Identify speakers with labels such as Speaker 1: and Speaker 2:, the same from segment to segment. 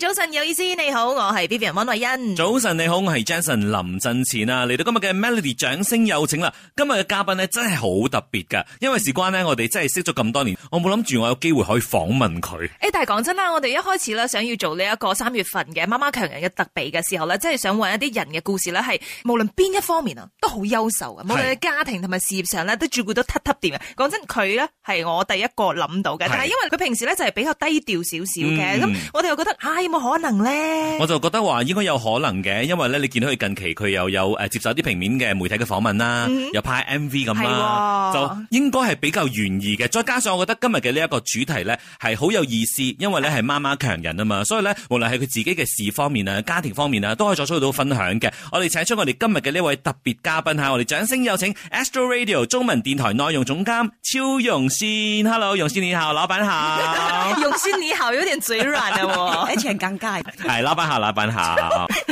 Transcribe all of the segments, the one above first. Speaker 1: 早晨有意思，你好，我係 Vivian 温慧欣。
Speaker 2: 早晨，你好，我係 Jason 林振前啊，嚟到今日嘅 Melody 掌聲有請啦。今日嘅嘉賓呢，真係好特別噶，因為事關呢，我哋真係識咗咁多年，我冇諗住我有機會可以訪問佢。
Speaker 1: 誒，但係講真啦，我哋一開始咧想要做呢一個三月份嘅媽媽強人嘅特備嘅時候咧，即係想揾一啲人嘅故事咧，係無論邊一方面啊，都好優秀啊，無論喺家庭同埋事業上咧，都照顧得突突掂啊。講真，佢咧係我第一個諗到嘅，但係因為佢平時咧就係比較低調少少嘅，
Speaker 2: 嗯
Speaker 1: 咁我哋又覺得啊，有冇可能咧
Speaker 2: 我？就覺得話應該有可能嘅，因為咧你見到佢近期佢又有誒接受啲平面嘅媒體嘅訪問啦，又拍 MV 咁啦，
Speaker 1: 嗯係喎
Speaker 2: 就應該係比較懸疑嘅。再加上我覺得今日嘅呢一個主題咧係好有意思，因為咧係媽媽強人啊嘛，所以咧無論係佢自己嘅事方面啊、家庭方面啊，都可以作出到分享嘅。我哋請出我哋今日嘅呢位特別嘉賓嚇，我哋掌聲有請 Astro Radio 中文電台內容總監超容先，Hello，容先你好，老闆 好，
Speaker 1: 用先你好，有點嘴軟啊
Speaker 2: 哦
Speaker 1: 喎。
Speaker 3: 而且很尴尬。
Speaker 2: 係老闆好，老闆好。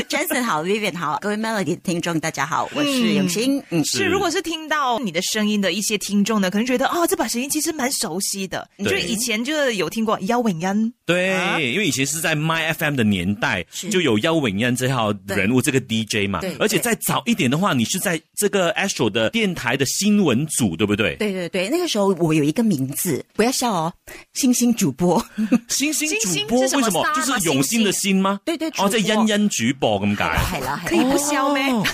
Speaker 3: Jason 好，Vivian 好，各位 Melody 的听众大家好，我是永兴。嗯，
Speaker 1: 是，如果是听到你的声音的一些听众呢，可能觉得哦，这把声音其实蛮熟悉的，就
Speaker 2: 对
Speaker 1: 是以前就是有听过姚永恩。
Speaker 2: 对，
Speaker 1: 啊
Speaker 2: 因为以前是在 My FM 的年代，
Speaker 3: 是
Speaker 2: 就有邀永燕这号人物这个 DJ 嘛
Speaker 3: 对。
Speaker 2: 而且再早一点的话，你是在这个 Astro 的电台的新闻组，对不对？
Speaker 3: 对对对，那个时候我有一个名字，不要笑哦，星星 主播。
Speaker 2: 新星
Speaker 1: 星星
Speaker 2: 主播
Speaker 1: 是什么
Speaker 2: 为什么
Speaker 1: star
Speaker 2: 就
Speaker 1: 吗
Speaker 2: 是永新的新吗？
Speaker 3: 对对，
Speaker 2: 哦，在
Speaker 3: 主播
Speaker 2: 欣欣主播咁 解。
Speaker 3: 海啦海
Speaker 1: 可以
Speaker 3: 啦，
Speaker 1: 不笑咩？
Speaker 2: 哦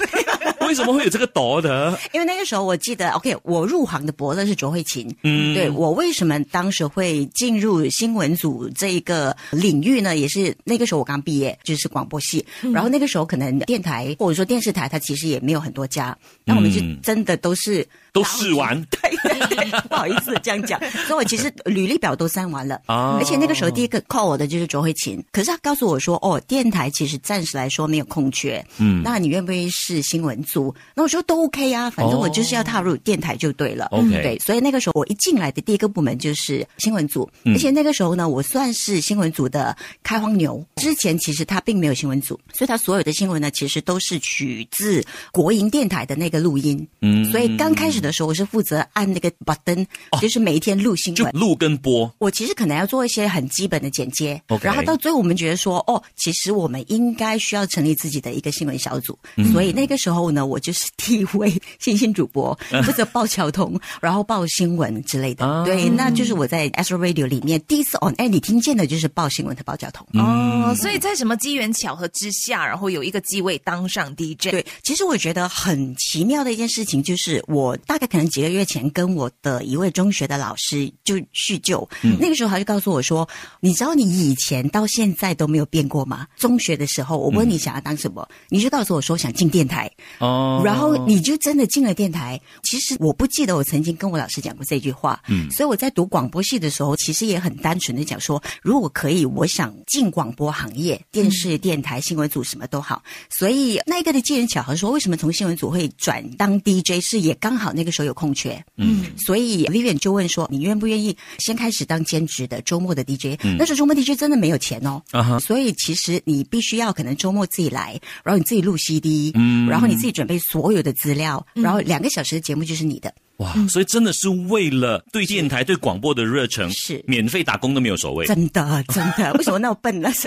Speaker 2: 为什么会有这个朵 的？
Speaker 3: 因为那个时候我记得，OK，我入行的伯乐是卓慧琴。
Speaker 2: 嗯
Speaker 3: 对我为什么当时会进入新闻组这一个领域呢？也是那个时候我刚毕业，就是广播系，
Speaker 2: 嗯
Speaker 3: 然后那个时候可能电台或者说电视台，它其实也没有很多家，那我们就
Speaker 2: 嗯
Speaker 3: 真的都是
Speaker 2: 都试完
Speaker 3: 对， 不好意思这样讲，所以我其实履历表都删完了。
Speaker 2: 啊
Speaker 3: 而且那个时候第一个 call 我的就是卓慧琴，可是她告诉我说，哦，电台其实暂时来说没有空缺，
Speaker 2: 嗯
Speaker 3: 那你愿不愿意试新闻组？那我说都 OK 啊，反正我就是要踏入电台就对了。嗯
Speaker 2: OK
Speaker 3: 对，所以那个时候我一进来的第一个部门就是新闻组，而且那个时候呢，我算是新闻组的开荒牛。之前其实他并没有新闻组，所以他所有的新闻呢，其实都是取自国营电台的那个录音。
Speaker 2: 嗯
Speaker 3: 所以刚开始的时候，我是负责按那个 button，、就是每一天录新
Speaker 2: 就
Speaker 3: 闻。
Speaker 2: 录跟播。
Speaker 3: 我其实可能要做一些很基本的简介
Speaker 2: OK
Speaker 3: 然后到最后我们觉得说，哦，其实我们应该需要成立自己的一个新闻小组，
Speaker 2: 嗯
Speaker 3: 所以那个时候呢，我就是第一位 新兴主 播，负责报桥童，然后报新闻之类的。
Speaker 2: 啊
Speaker 3: 对，那就是我在 Astro Radio 里面第一次 on air，你听见的就是报新闻和报交通。
Speaker 1: 哦，所以在什么机缘巧合之下，然后有一个机位当上 DJ。
Speaker 3: 对，其实我觉得很奇妙的一件事情，就是我大概可能几个月前跟我的一位中学的老师就叙旧，那个时候他就告诉我说：“你知道你以前到现在都没有变过吗？中学的时候，我问你想要当什么，你就告诉我说想进电台，
Speaker 2: 哦
Speaker 3: 然后你就真的进了电台。其实我不记得我曾经跟我老师讲过这句话，嗯，所以我在读广播系的时候，其实也很单纯的讲说，如果可以，我想进广播行业，电视、电台、新闻组什么都好。所以那个的机缘巧合说，为什么从新闻组会转当 DJ，是也刚好那个时候有空缺，
Speaker 2: 嗯，
Speaker 3: 所以 Vivian 就问说，你愿不愿意先开始当兼职的周末的 DJ？、那时候周末 DJ 真的没有钱哦，
Speaker 2: 嗯啊哈
Speaker 3: 所以其实你必须要可能周末自己来，然后你自己录 CD，
Speaker 2: 嗯
Speaker 3: 然后你自己准备所有的资料，然后两个小时的节目就是你的。
Speaker 2: 哇！
Speaker 3: 嗯
Speaker 2: 所以真的是为了对电台、对广播的热忱，
Speaker 3: 是
Speaker 2: 免费打工都没有所 谓。
Speaker 3: 真的，真的， 为什么那么笨呢？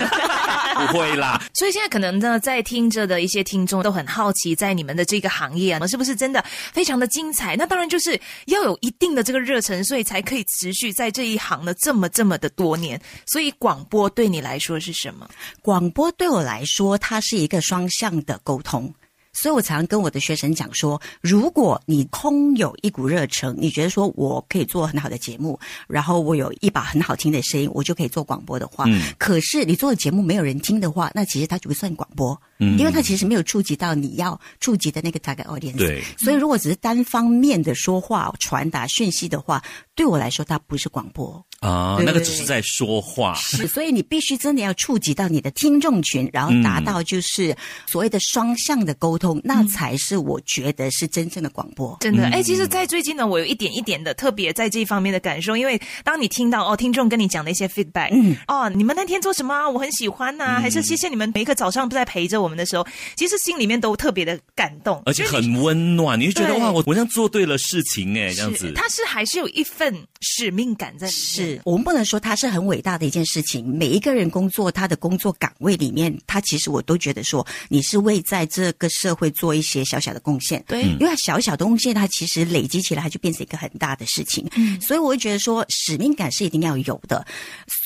Speaker 2: 不会啦，
Speaker 1: 所以现在可能呢，在听着的一些听众都很好奇，在你们的这个行业啊，是不是真的非常的精彩？那当然就是要有一定的这个热忱，所以才可以持续在这一行呢这么这么的多年。所以广播对你来说是什么？
Speaker 3: 广播对我来说，它是一个双向的沟通。所以我常跟我的学生讲说，如果你空有一股热忱，你觉得说我可以做很好的节目，然后我有一把很好听的声音，我就可以做广播的话，
Speaker 2: 嗯
Speaker 3: 可是你做的节目没有人听的话，那其实它就不算广播，
Speaker 2: 嗯
Speaker 3: 因为它其实没有触及到你要触及的那个 target audience。
Speaker 2: 对，
Speaker 3: 所以如果只是单方面的说话、传达讯息的话，对我来说它不是广播。
Speaker 2: 啊，
Speaker 3: 对
Speaker 2: 那个只是在说话。
Speaker 3: 是，所以你必须真的要触及到你的听众群，然后达到就是所谓的双向的沟通，那才是我觉得是真正的广播。
Speaker 1: 真
Speaker 2: 嗯
Speaker 1: 的，哎、其实，在最近呢，我有一点一点的特别在这一方面的感受，因为当你听到哦，听众跟你讲的一些 feedback，嗯，哦，你们那天做什么啊，我很喜欢呐、
Speaker 2: 嗯
Speaker 1: 还是谢谢你们每一个早上都在陪着我们的时候，其实心里面都特别的感动，
Speaker 2: 而且
Speaker 1: 就是
Speaker 2: 很温暖，你就觉得
Speaker 1: 对
Speaker 2: 哇，我我好像做对了事情哎，这样子
Speaker 1: 是，。它是还是有一份使命感在里面。
Speaker 3: 是是我们不能说它是很伟大的一件事情。每一个人工作他的工作岗位里面，他其实我都觉得说你是为在这个社会做一些小小的贡献。
Speaker 1: 对，
Speaker 3: 因为它小小的贡献，它其实累积起来，它就变成一个很大的事情。
Speaker 1: 嗯
Speaker 3: 所以我会觉得说，使命感是一定要有的。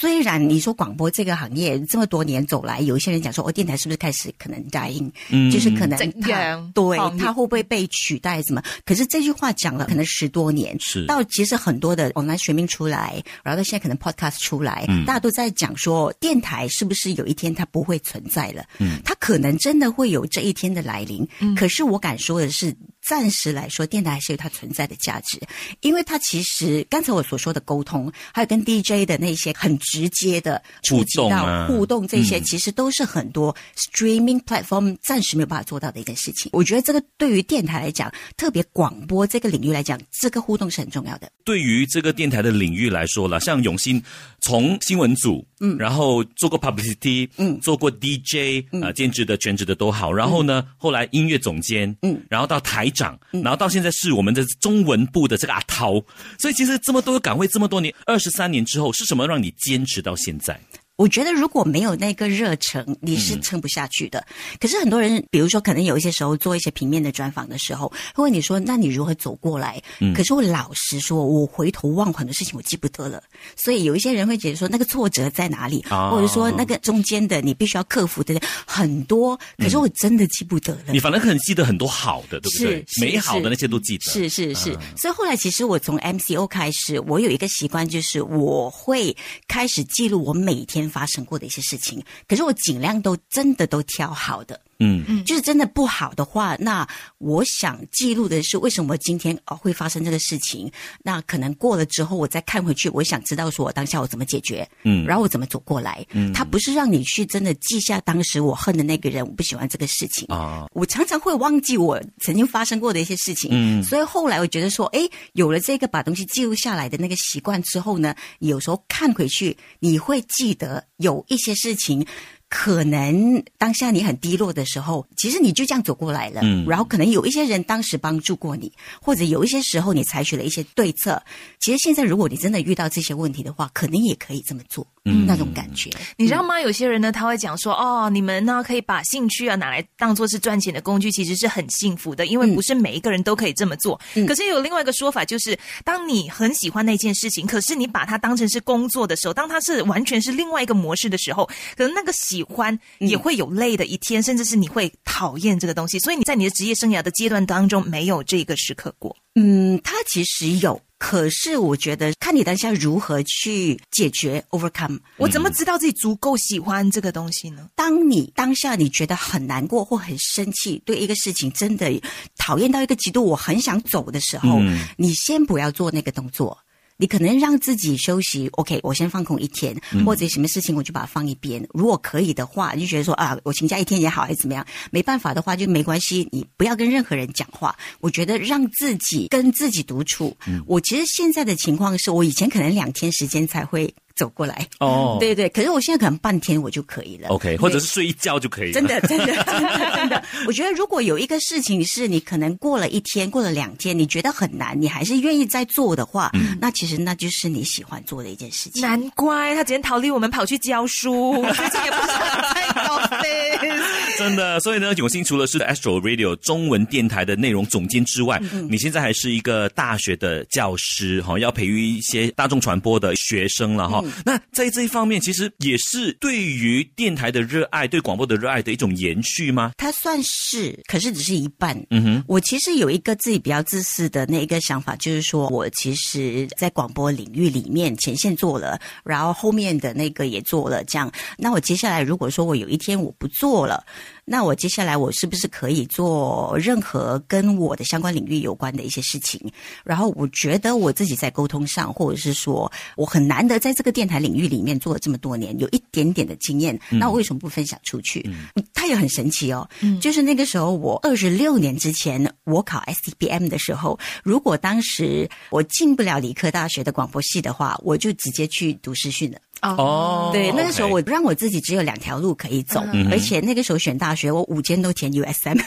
Speaker 3: 虽然你说广播这个行业这么多年走来，有一些人讲说，哦，电台是不是开始可能 dying，、
Speaker 2: 嗯
Speaker 3: 就是可能
Speaker 1: 怎
Speaker 3: 它
Speaker 1: 样
Speaker 3: 对
Speaker 1: 行业
Speaker 3: 它会不会被取代什么？可是这句话讲了可能十多年，
Speaker 2: 是
Speaker 3: 到其实很多的 online streaming 出来，然后到现在可能 podcast 出来，
Speaker 2: 嗯
Speaker 3: 大家都在讲说，电台是不是有一天它不会存在了？
Speaker 2: 嗯
Speaker 3: 它可能真的会有这一天的来临。可是我敢说的是，暂时来说，电台还是有它存在的价值，因为它其实刚才我所说的沟通，还有跟 DJ 的那些很直接的触及
Speaker 2: 互动
Speaker 3: 到
Speaker 2: 啊
Speaker 3: 互动这些，
Speaker 2: 嗯
Speaker 3: 其实都是很多 streaming platform 暂时没有办法做到的一件事情。我觉得这个对于电台来讲，特别广播这个领域来讲，这个互动是很重要的。
Speaker 2: 对于这个电台的领域来说了，像永新从新闻组，嗯，然后做过 publicity，嗯，做过 DJ，啊、兼职的、全职的都好。然后呢，后来音乐总监，嗯，然后到台长，然后到现在是我们的中文部的这个阿涛。所以其实这么多岗位，这么多年，二十三年之后，是什么让你坚持到现在？
Speaker 3: 我觉得如果没有那个热忱，
Speaker 2: 嗯
Speaker 3: 你是撑不下去的。可是很多人，比如说，可能有一些时候做一些平面的专访的时候，会问你说：“那你如何走过来？”
Speaker 2: 嗯
Speaker 3: 可是我老实说，我回头望很多事情，我记不得了。所以有一些人会觉得说，那个挫折在哪里，
Speaker 2: 啊
Speaker 3: 或者说那个中间的你必须要克服的很多，
Speaker 2: 嗯
Speaker 3: 可是我真的记不得了。
Speaker 2: 你反正可能记得很多好的，对不对
Speaker 3: 是？是
Speaker 2: 美好的嗯
Speaker 3: 是
Speaker 2: 那些都记得。
Speaker 3: 是是是，所以后来其实我从 MCO 开始，我有一个习惯，就是我会开始记录我每天发生过的一些事情，可是我尽量都真的都挑好的。
Speaker 2: 嗯，
Speaker 3: 就是真的不好的话，那我想记录的是为什么今天哦会发生这个事情。那可能过了之后，我再看回去，我想知道说我当下我怎么解决，
Speaker 2: 嗯
Speaker 3: 然后我怎么走过来。嗯，它不是让你去真的记下当时我恨的那个人，我不喜欢这个事情
Speaker 2: 啊。
Speaker 3: 我常常会忘记我曾经发生过的一些事情，
Speaker 2: 嗯
Speaker 3: 所以后来我觉得说，诶，有了这个把东西记录下来的那个习惯之后呢，你有时候看回去，你会记得有一些事情。可能当下你很低落的时候，其实你就这样走过来了。
Speaker 2: 嗯
Speaker 3: 然后可能有一些人当时帮助过你，或者有一些时候你采取了一些对策。其实现在如果你真的遇到这些问题的话，可能也可以这么做，嗯、那种感觉。
Speaker 1: 你知道吗？有些人呢，他会讲说，
Speaker 3: 嗯
Speaker 1: 哦，你们呢可以把兴趣啊拿来当做是赚钱的工具，其实是很幸福的，因为
Speaker 3: 嗯
Speaker 1: 不是每一个人都可以这么做。
Speaker 3: 嗯
Speaker 1: 可是有另外一个说法，就是当你很喜欢那件事情，可是你把它当成是工作的时候，当它是完全是另外一个模式的时候，可能那个喜欢
Speaker 3: 嗯
Speaker 1: 也会有累的一天，甚至是你会讨厌这个东西。所以你在你的职业生涯的阶段当中，没有这个时刻过。
Speaker 3: 嗯，它其实有，可是我觉得看你当下如何去解决 overcome。
Speaker 1: 我怎么
Speaker 3: 嗯
Speaker 1: 知道自己足够喜欢这个东西呢？
Speaker 3: 当你当下你觉得很难过或很生气，对一个事情真的讨厌到一个极度，我很想走的时候，
Speaker 2: 嗯
Speaker 3: 你先不要做那个动作。你可能让自己休息，OK，我先放空一天，或者什么事情我就把它放一边。如果可以的话，你就觉得说啊，我请假一天也好，还是怎么样？没办法的话就没关系，你不要跟任何人讲话。我觉得让自己跟自己独处。我其实现在的情况是我以前可能两天时间才会走过来，
Speaker 2: 哦，
Speaker 3: 对对，可是我现在可能半天我就可以了。
Speaker 2: ，OK，或者是睡一觉就可以了。
Speaker 3: 真的，真的，真的，真的。我觉得如果有一个事情是你可能过了一天，过了两天，你觉得很难，你还是愿意再做的话，
Speaker 2: 嗯
Speaker 3: 那其实那就是你喜欢做的一件事情。
Speaker 1: 难怪他今天逃离我们，跑去教书，最近也不想在 office。
Speaker 2: 真的，所以呢，永兴除了是 Astro Radio 中文电台的内容总监之
Speaker 3: 嗯
Speaker 2: 外，你现在还是一个大学的教师哈、要培育一些大众传播的学生了哈、
Speaker 3: 嗯
Speaker 2: 那在这一方面，其实也是对于电台的热爱，对广播的热爱的一种延续吗？
Speaker 3: 它算是，可是只是一半。
Speaker 2: 嗯哼，
Speaker 3: 我其实有一个自己比较自私的那一个想法，就是说我其实，在广播领域里面前线做了，然后后面的那个也做了，这样。那我接下来如果说我有一天我不做了，那我接下来我是不是可以做任何跟我的相关领域有关的一些事情？然后我觉得我自己在沟通上，或者是说我很难得在这个电台领域里面做了这么多年，有一点点的经验，那我为什么不分享出去？嗯它也很神奇哦，就是那个时候我二十六年之前，我考 STPM 的时候，如果当时我进不了理科大学的广播系的话，我就直接去读师训了。
Speaker 2: 哦，
Speaker 3: 对，那个时候
Speaker 2: OK 嗯
Speaker 3: 我让我自己只有两条路可以走，而且那个时候选大学，我五间都填 USM，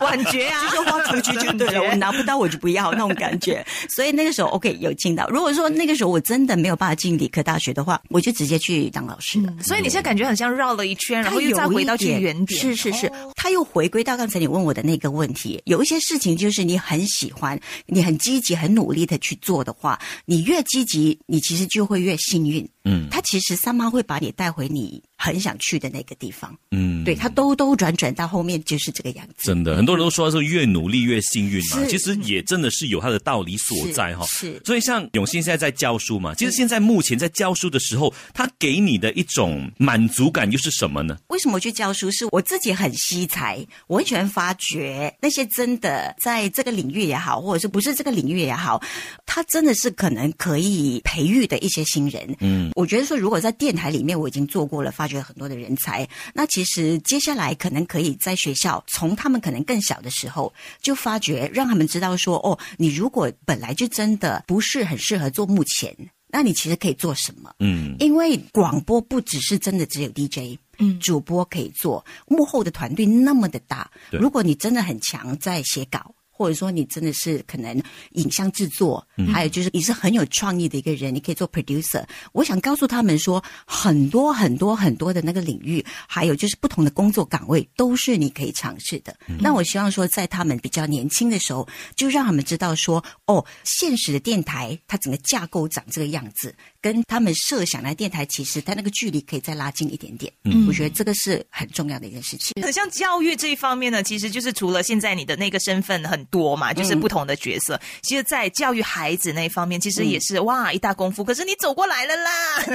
Speaker 1: 感觉啊，
Speaker 3: 就花出去就对了，我拿不到我就不要那种感 觉。所以那个时候 OK 有进到。如果说那个时候我真的没有办法进理科大学的话，我就直接去当老师了。
Speaker 1: 所以你现在感觉很像绕了一圈，然后
Speaker 3: 它
Speaker 1: 又再
Speaker 3: 有
Speaker 1: 回
Speaker 3: 一
Speaker 1: 到去
Speaker 3: 点
Speaker 1: 原点。哦
Speaker 3: 是是是，他又回归到刚才你问我的那个问题。有一些事情就是你很喜欢，你很积极、很努力的去做的话，你越积极，你其实就会越幸运。
Speaker 2: 嗯
Speaker 3: 他其实三妈会把你带回你很想去的那个地方，
Speaker 2: 嗯，
Speaker 3: 对他兜兜转转到后面就是这个样子。
Speaker 2: 真的，很多人都说是越努力越幸运嘛，
Speaker 3: 是
Speaker 2: 其实也真的是有它的道理所在哈、
Speaker 3: 是是
Speaker 2: 所以像永信现在在教书嘛，其实现在目前在教书的时候，他给你的一种满足感又是什么呢？
Speaker 3: 为什么我去教书？是我自己很惜才，我很喜欢发掘那些真的在这个领域也好，或者是不是这个领域也好，他真的是可能可以培育的一些新人。嗯，我觉得说，如果在电台里面我已经做过了，发掘很多的人才，那其实接下来可能可以在学校，从他们可能更小的时候就发掘，让他们知道说，哦，你如果本来就真的不是很适合做幕前，那你其实可以做什么？
Speaker 2: 嗯，
Speaker 3: 因为广播不只是真的只有 DJ。嗯，主播可以做，幕后的团队那么的大。
Speaker 2: 对
Speaker 3: 如果你真的很强，在写稿，或者说你真的是可能影像制作，
Speaker 2: 嗯
Speaker 3: 还有就是你是很有创意的一个人，你可以做 producer。我想告诉他们说，很多很多很多的那个领域，还有就是不同的工作岗位，都是你可以尝试的。
Speaker 2: 嗯
Speaker 3: 那我希望说，在他们比较年轻的时候，就让他们知道说，哦，现实的电台它整个架构长这个样子，跟他们设想的电台其实它那个距离可以再拉近一点点。嗯，我觉得这个是很重要的一件事情。
Speaker 1: 很像教育这一方面呢，其实就是除了现在你的那个身份很多嘛，就是不同的角色。其实，在教育孩子那一方面，其实也是、哇一大功夫。可是你走过来了啦，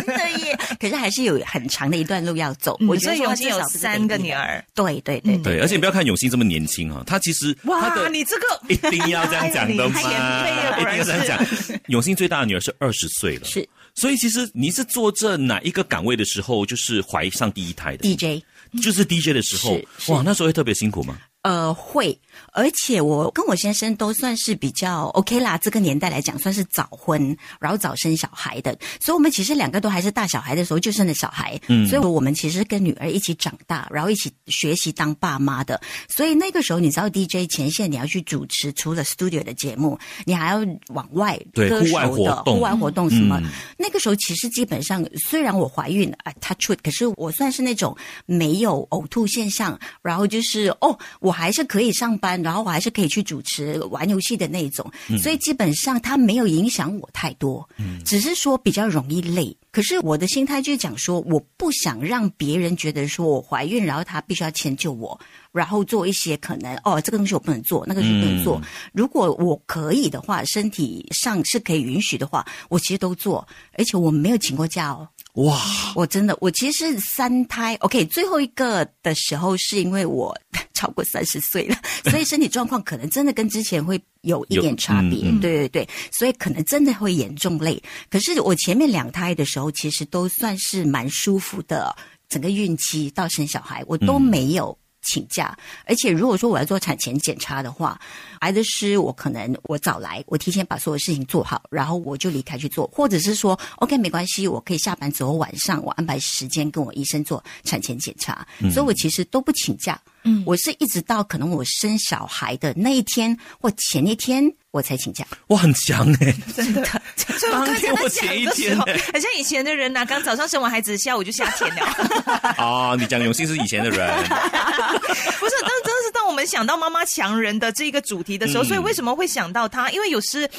Speaker 3: 对耶，可是还是有很长的一段路要走。我觉
Speaker 1: 所
Speaker 3: 得
Speaker 1: 以
Speaker 3: 说
Speaker 1: 永
Speaker 3: 它
Speaker 1: 信
Speaker 3: 至
Speaker 1: 有
Speaker 3: 少是
Speaker 1: 三
Speaker 3: 给
Speaker 1: 个
Speaker 3: 力
Speaker 1: 女
Speaker 3: 的。
Speaker 1: 儿。
Speaker 3: 对对对
Speaker 2: 嗯对，啊而且你不要看永信这么年轻啊，他其实他
Speaker 1: 哇，
Speaker 2: 的
Speaker 1: 你这个
Speaker 2: 一定要这样讲的 嘛，
Speaker 1: 太前辈了
Speaker 2: 一定要这样讲。永信最大的女儿是二十岁了，
Speaker 3: 是，
Speaker 2: 所以其实你是做这哪一个岗位的时候，就是怀上第一胎的
Speaker 3: DJ。
Speaker 2: 就是 DJ 的时候
Speaker 3: 是，是
Speaker 2: 哇，那时候会特别辛苦吗？
Speaker 3: 呃，会，而且我跟我先生都算是比较 OK 啦，这个年代来讲算是早婚，然后早生小孩的，所以我们其实两个都还是大小孩的时候就生了小孩，嗯，所以我们其实跟女儿一起长大，然后一起学习当爸妈的，所以那个时候你知道 DJ 前线你要去主持，除了 studio 的节目，你还要往外
Speaker 2: 对
Speaker 3: 歌
Speaker 2: 户外
Speaker 3: 手的
Speaker 2: 活动
Speaker 3: 户外活动什么，那个时候其实基本上，虽然我怀孕啊，touch wood，可是我算是那种没有呕吐现象，然后就是哦，我还是可以上班，然后我还是可以去主持、玩游戏的那一种，所以基本上它没有影响我太多，只是说比较容易累。可是我的心态就是讲说，我不想让别人觉得说我怀孕，然后他必须要迁就我，然后做一些可能哦，这个东西我不能做，那个东西不能做。如果我可以的话，身体上是可以允许的话，我其实都做，而且我没有请过假哦。
Speaker 2: 哇，
Speaker 3: 我真的，我其实是三胎，OK，最后一个的时候是因为我 超过三十岁了，所以身体状况可能真的跟之前会有一点差别，
Speaker 2: 有嗯
Speaker 3: 对对对，所以可能真的会严重累。可是我前面两胎的时候，其实都算是蛮舒服的，整个孕期到生小孩，我都没有。请假，而且如果说我要做产前检查的话，来的是我可能我早来，我提前把所有事情做好，然后我就离开去做，或者是说 OK 没关系，我可以下班之后晚上我安排时间跟我医生做产前检查，所以我其实都不请假，嗯，我是一直到可能我生小孩的那一天或前一天我才请假，
Speaker 2: 哇，很强 哎、
Speaker 1: 真的，所以我刚才在讲的时
Speaker 2: 当天
Speaker 1: 候
Speaker 2: 我前一天，
Speaker 1: 很像以前的人呐、刚早上生完孩子，下午就下田了。
Speaker 2: 啊！你讲永信是以前的人，
Speaker 1: 不是，当真的是当我们想到妈妈强人的这个主题的时候，所以为什么会想到她？因为有时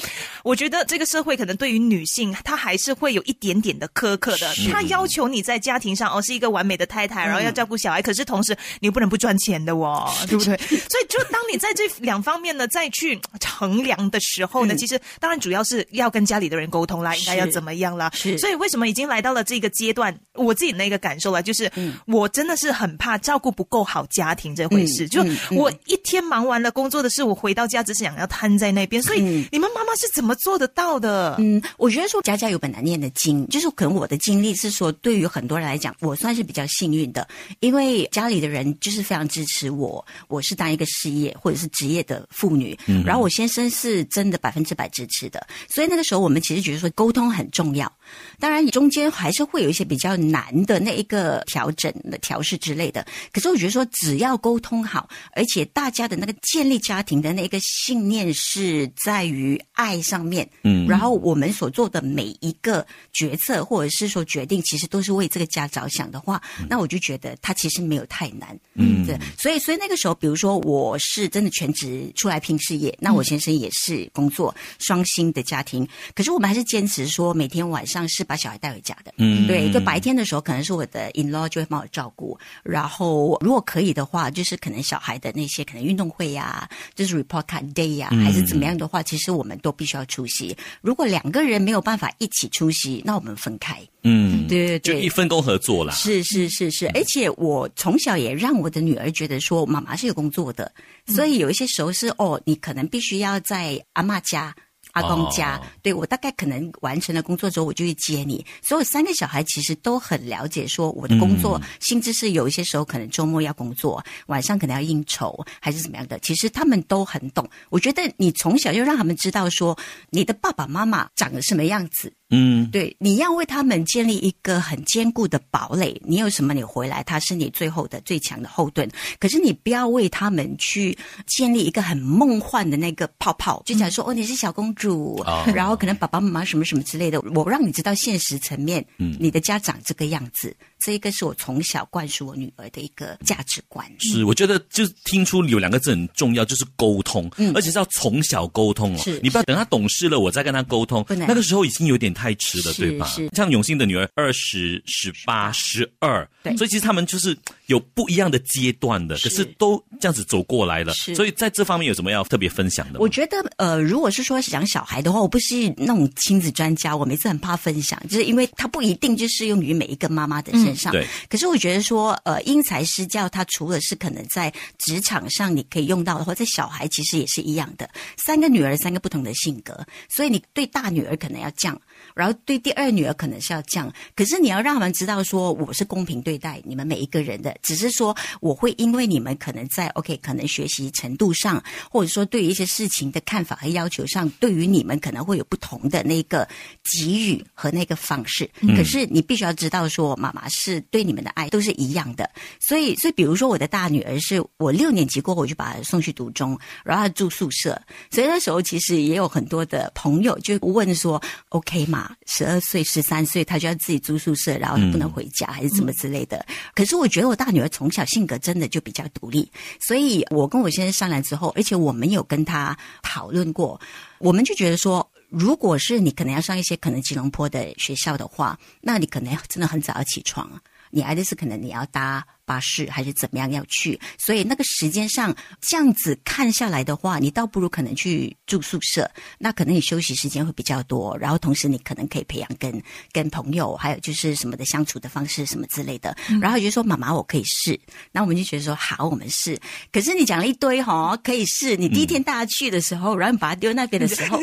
Speaker 1: 我觉得这个社会可能对于女性，她还是会有一点点的苛刻的。她要求你在家庭上哦是一个完美的太太，然后要照顾小孩，可是同时你又不能不赚钱的哦，对不对？所以就当你在这两方面呢再去衡量的时候呢，其实当然主要是要跟家里的人沟通啦，应该要
Speaker 3: 是
Speaker 1: 怎么样啦。
Speaker 3: 是
Speaker 1: 所以为什么已经来到了这个阶段，嗯我自己那个感受啦，就是我真的是很怕照顾不够好家庭这回事。
Speaker 3: 嗯
Speaker 1: 就
Speaker 3: 嗯嗯
Speaker 1: 我一天忙完了工作的事，我回到家只想要瘫在那边。所以
Speaker 3: 嗯
Speaker 1: 你们妈妈是怎么做得到的？
Speaker 3: 嗯，我觉得说家家有本难念的经，就是可能我的经历是说，对于很多人来讲，我算是比较幸运的，因为家里的人就是非常支持我，我是当一个事业或者是职业的妇女，然后我先生是真的百分之百支持的，所以那个时候我们其实觉得说沟通很重要，当然中间还是会有一些比较难的那一个调整的调试之类的，可是我觉得说只要沟通好，而且大家的那个建立家庭的那个信念是在于爱上面，
Speaker 2: 嗯
Speaker 3: 然后我们所做的每一个决策或者是说决定，其实都是为这个家着想的话，那我就觉得它其实没有太难。嗯，对。所以，所以那个时候，比如说我是真的全职出来拼事业，那
Speaker 2: 嗯
Speaker 3: 我先生也是工作双薪的家庭，可是我们还是坚持说每天晚上是把小孩带回家的。
Speaker 2: 嗯
Speaker 3: 对，就白天的时候可能是我的 in law 就会帮我照顾，然后如果可以的话，就是可能小孩的那些可能运动会呀、就是 report card day 呀、
Speaker 2: 嗯
Speaker 3: 还是怎么样的话，其实我们都必须要出席。如果两个人没有办法一起出席，那我们分开。
Speaker 2: 嗯，
Speaker 3: 对对
Speaker 2: 就一
Speaker 3: 对。
Speaker 2: 分工合作啦。
Speaker 3: 是是是是，而且我从小也让我的女儿觉得说，妈妈是有工作的，所以有一些时候是哦，你可能必须要在阿嬷家、阿公家，
Speaker 2: 哦
Speaker 3: 对我大概可能完成了工作之后，我就去接你。所以我三个小孩其实都很了解，说我的工作性质是有一些时候可能周末要工作，晚上可能要应酬还是怎么样的。其实他们都很懂。我觉得你从小就让他们知道说，你的爸爸妈妈长得什么样子，
Speaker 2: 嗯，
Speaker 3: 对，你要为他们建立一个很坚固的堡垒。你有什么，你回来，他是你最后的最强的后盾。可是你不要为他们去建立一个很梦幻的那个泡泡，就讲说、哦，你是小公主，
Speaker 2: 哦
Speaker 3: 然后可能爸爸妈妈什么什么之类的。我让你知道现实层面，你的家长这个样子。这一个是我从小灌输我女儿的一个价值观。
Speaker 2: 是，我觉得就是听出有两个字很重要，就是沟通，而且是要从小沟通哦。
Speaker 3: 嗯是
Speaker 2: 你不要等他懂事了，我再跟他沟通
Speaker 3: 不，能
Speaker 2: 那个时候已经有点太迟了，
Speaker 3: 是
Speaker 2: 对吧
Speaker 3: 是？
Speaker 2: 像永兴的女儿二十、十八、十二，
Speaker 3: 对
Speaker 2: 所以其实他们就是有不一样的阶段的，可
Speaker 3: 是
Speaker 2: 是都这样子走过来了，
Speaker 3: 是
Speaker 2: 所以在这方面有什么要特别分享的吗？
Speaker 3: 我觉得，呃，如果是说讲小孩的话，我不是那种亲子专家，我每次很怕分享，就是因为它不一定就适用于每一个妈妈的身上。
Speaker 2: 对
Speaker 3: 可是我觉得说，呃，因材施教，它除了是可能在职场上你可以用到的话，在小孩其实也是一样的。三个女儿，三个不同的性格，所以你对大女儿可能要这样，然后对第二女儿可能是要这样。可是你要让他们知道说，我是公平对待你们每一个人的，只是说我会因为你们可能在 OK 可能学习程度上，或者说对于一些事情的看法和要求上，对于你们可能会有不同的那个给予和那个方式。可是你必须要知道说，妈妈是对你们的爱都是一样的。所以，所以比如说我的大女儿是我六年级过后，我就把她送去读中，然后她住宿舍，所以那时候其实也有很多的朋友就问说，OK 嘛，十二岁、十三岁她就要自己住宿舍，然后她不能回家、还是什么之类的。可是我觉得我大女儿从小性格真的就比较独立，所以我跟我先生商量之后，而且我们有跟他讨论过，我们就觉得说。如果是你可能要上一些可能吉隆坡的学校的话，那你可能要真的很早要起床，啊你还是可能你要搭巴士还是怎么样要去，所以那个时间上这样子看下来的话，你倒不如可能去住宿舍，那可能你休息时间会比较多，然后同时你可能可以培养跟跟朋友还有就是什么的相处的方式什么之类的，然后我就说妈妈我可以试，那我们就觉得说好我们试，可是你讲了一堆哈、可以试，你第一天带他去的时候，然后你把他丢那边的时候，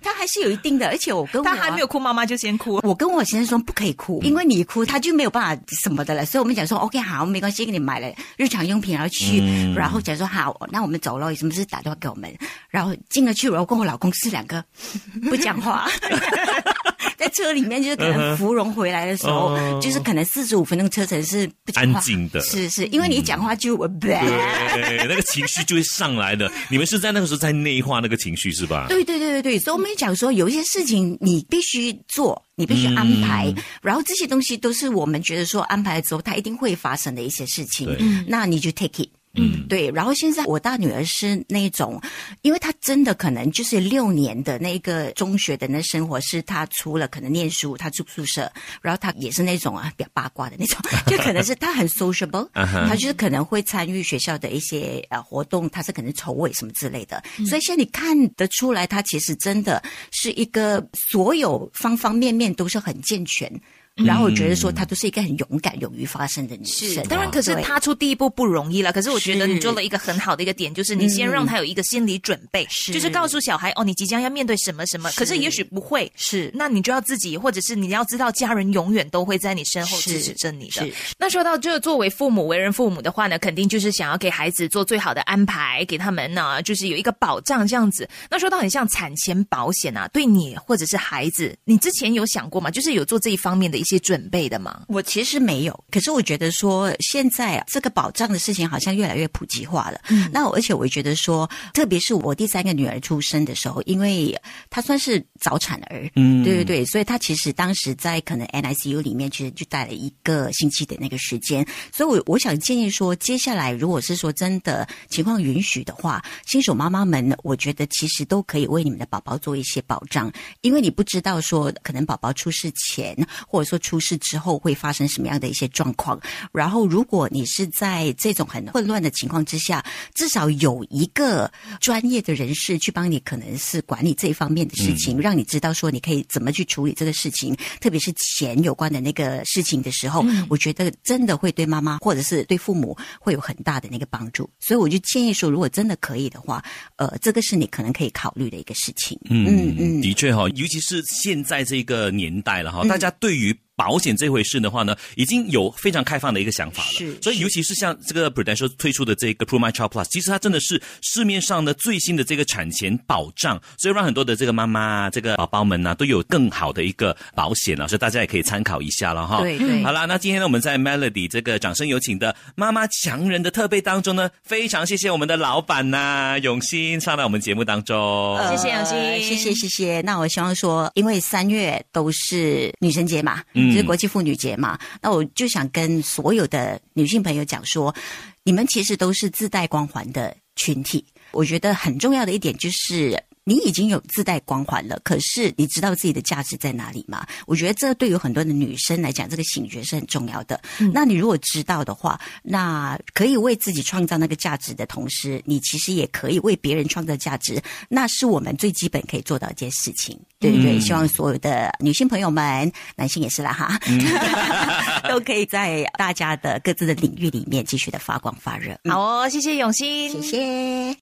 Speaker 3: 他还是有一定的，而且我跟我
Speaker 1: 他还没有哭，妈嗯妈就先哭。
Speaker 3: 我跟我先生说不可以哭，因为你一哭他就没有办法什么的了，所以我们讲说 OK 好，没关系，给你买了日常用品，然后去，
Speaker 1: 嗯
Speaker 3: 然后讲说好，那我们走了，有什么事打电话给我们，然后进了去，然后跟我老公 是两个不讲话。 在车里面，就是可能芙蓉回来的时候，
Speaker 2: 哦
Speaker 3: 就是可能四十五分钟车程是不讲话
Speaker 2: 安静的
Speaker 3: 是是，因为你一讲话就、
Speaker 1: 嗯
Speaker 2: 对，那个情绪就会上来的。你们是在那个时候在内化那个情绪是吧？
Speaker 3: 对对对对对，所以我们也讲说，有一些事情你必须做，你必须安排，然后这些东西都是我们觉得说安排了之后，它一定会发生的一些事情
Speaker 2: 对，
Speaker 3: 那你就 take it。嗯，对。然后现在我大女儿是那种，因为她真的可能就是六年的那个中学的那生活，是她除了可能念书，她住宿舍，然后她也是那种啊比较八卦的那种，就可能是她很 sociable，
Speaker 2: 嗯哼
Speaker 3: 她就是可能会参与学校的一些呃活动，她是可能筹委什么之类的。
Speaker 1: 嗯
Speaker 3: 所以现在你看得出来，她其实真的是一个所有方方面面都是很健全。然后我觉得
Speaker 2: 嗯
Speaker 3: 说他都是一个很勇敢、勇于发声的女生。
Speaker 1: 当然，可是
Speaker 3: 对
Speaker 1: 踏出第一步不容易了。可是我觉得
Speaker 3: 是
Speaker 1: 你做了一个很好的一个点，就是你先让他有一个心理准备，
Speaker 3: 是
Speaker 1: 就是告诉小孩哦，你即将要面对什么什么。
Speaker 3: 是
Speaker 1: 可是也许不会，
Speaker 3: 是
Speaker 1: 那你就要自己，或者是你要知道，家人永远都会在你身后支持着你的
Speaker 3: 是。
Speaker 1: 那说到这，作为父母、为人父母的话呢，肯定就是想要给孩子做最好的安排，给他们呢就是有一个保障这样子。那说到很像产前保险啊，对你或者是孩子，你之前有想过吗？就是有做这一方面的一些准备的吗？
Speaker 3: 我其实没有，可是我觉得说现在这个保障的事情好像越来越普及化了。嗯，那我而且我觉得说，特别是我第三个女儿出生的时候，因为她算是早产儿，嗯，对对对，所以她其实当时在可能 NICU 里面，其实就待了一个星期的那个时间。所以我我想建议说，接下来如果是说真的情况允许的话，新手妈妈们，我觉得其实都可以为你们的宝宝做一些保障，因为你不知道说可能宝宝出事前或者说出事之后会发生什么样的一些状况。然后，如果你是在这种很混乱的情况之下，至少有一个专业的人士去帮你，可能是管理这一方面的事
Speaker 2: 嗯
Speaker 3: 情，让你知道说你可以怎么去处理这个事情，特别是钱有关的那个事情的时候，
Speaker 2: 嗯
Speaker 3: 我觉得真的会对妈妈或者是对父母会有很大的那个帮助。所以我就建议说，如果真的可以的话，呃，这个是你可能可以考虑的一个事情。
Speaker 2: 嗯嗯，的确哈、尤其是现在这个年代了哈、
Speaker 3: 嗯
Speaker 2: 大家对于。保险这回事的话呢，已经有非常开放的一个想法了。
Speaker 3: 是
Speaker 2: 所以尤其是像这个 Prudential 推出的这个 Pro My Child Plus，其实它真的是市面上的最新的这个产前保障，所以让很多的这个妈妈、啊、这个宝宝们呢、都有更好的一个保险了，所以大家也可以参考一下了哈。
Speaker 3: 对对
Speaker 2: 好啦，那今天呢，我们在 Melody 这个掌声有请的妈妈强人的特备当中呢，非常谢谢我们的老板呐、永兴上来我们节目当中。
Speaker 1: 谢谢杨欣
Speaker 3: 呃谢谢谢谢。那我希望说，因为三月都是女神节嘛，
Speaker 1: 嗯
Speaker 3: 就是国际妇女节嘛，那我就想跟所有的女性朋友讲说，你们其实都是自带光环的群体。我觉得很重要的一点就是。你已经有自带光环了，可是你知道自己的价值在哪里吗？我觉得这对于很多的女生来讲，这个醒觉是很重要的。那你如果知道的话，那可以为自己创造那个价值的同时，你其实也可以为别人创造价值，那是我们最基本可以做到一件事情，对不对？希望所有的女性朋友们，男性也是啦哈， 都可以在大家的各自的领域里面继续的发光发热。
Speaker 1: 好哦，谢谢永新，
Speaker 3: 谢谢。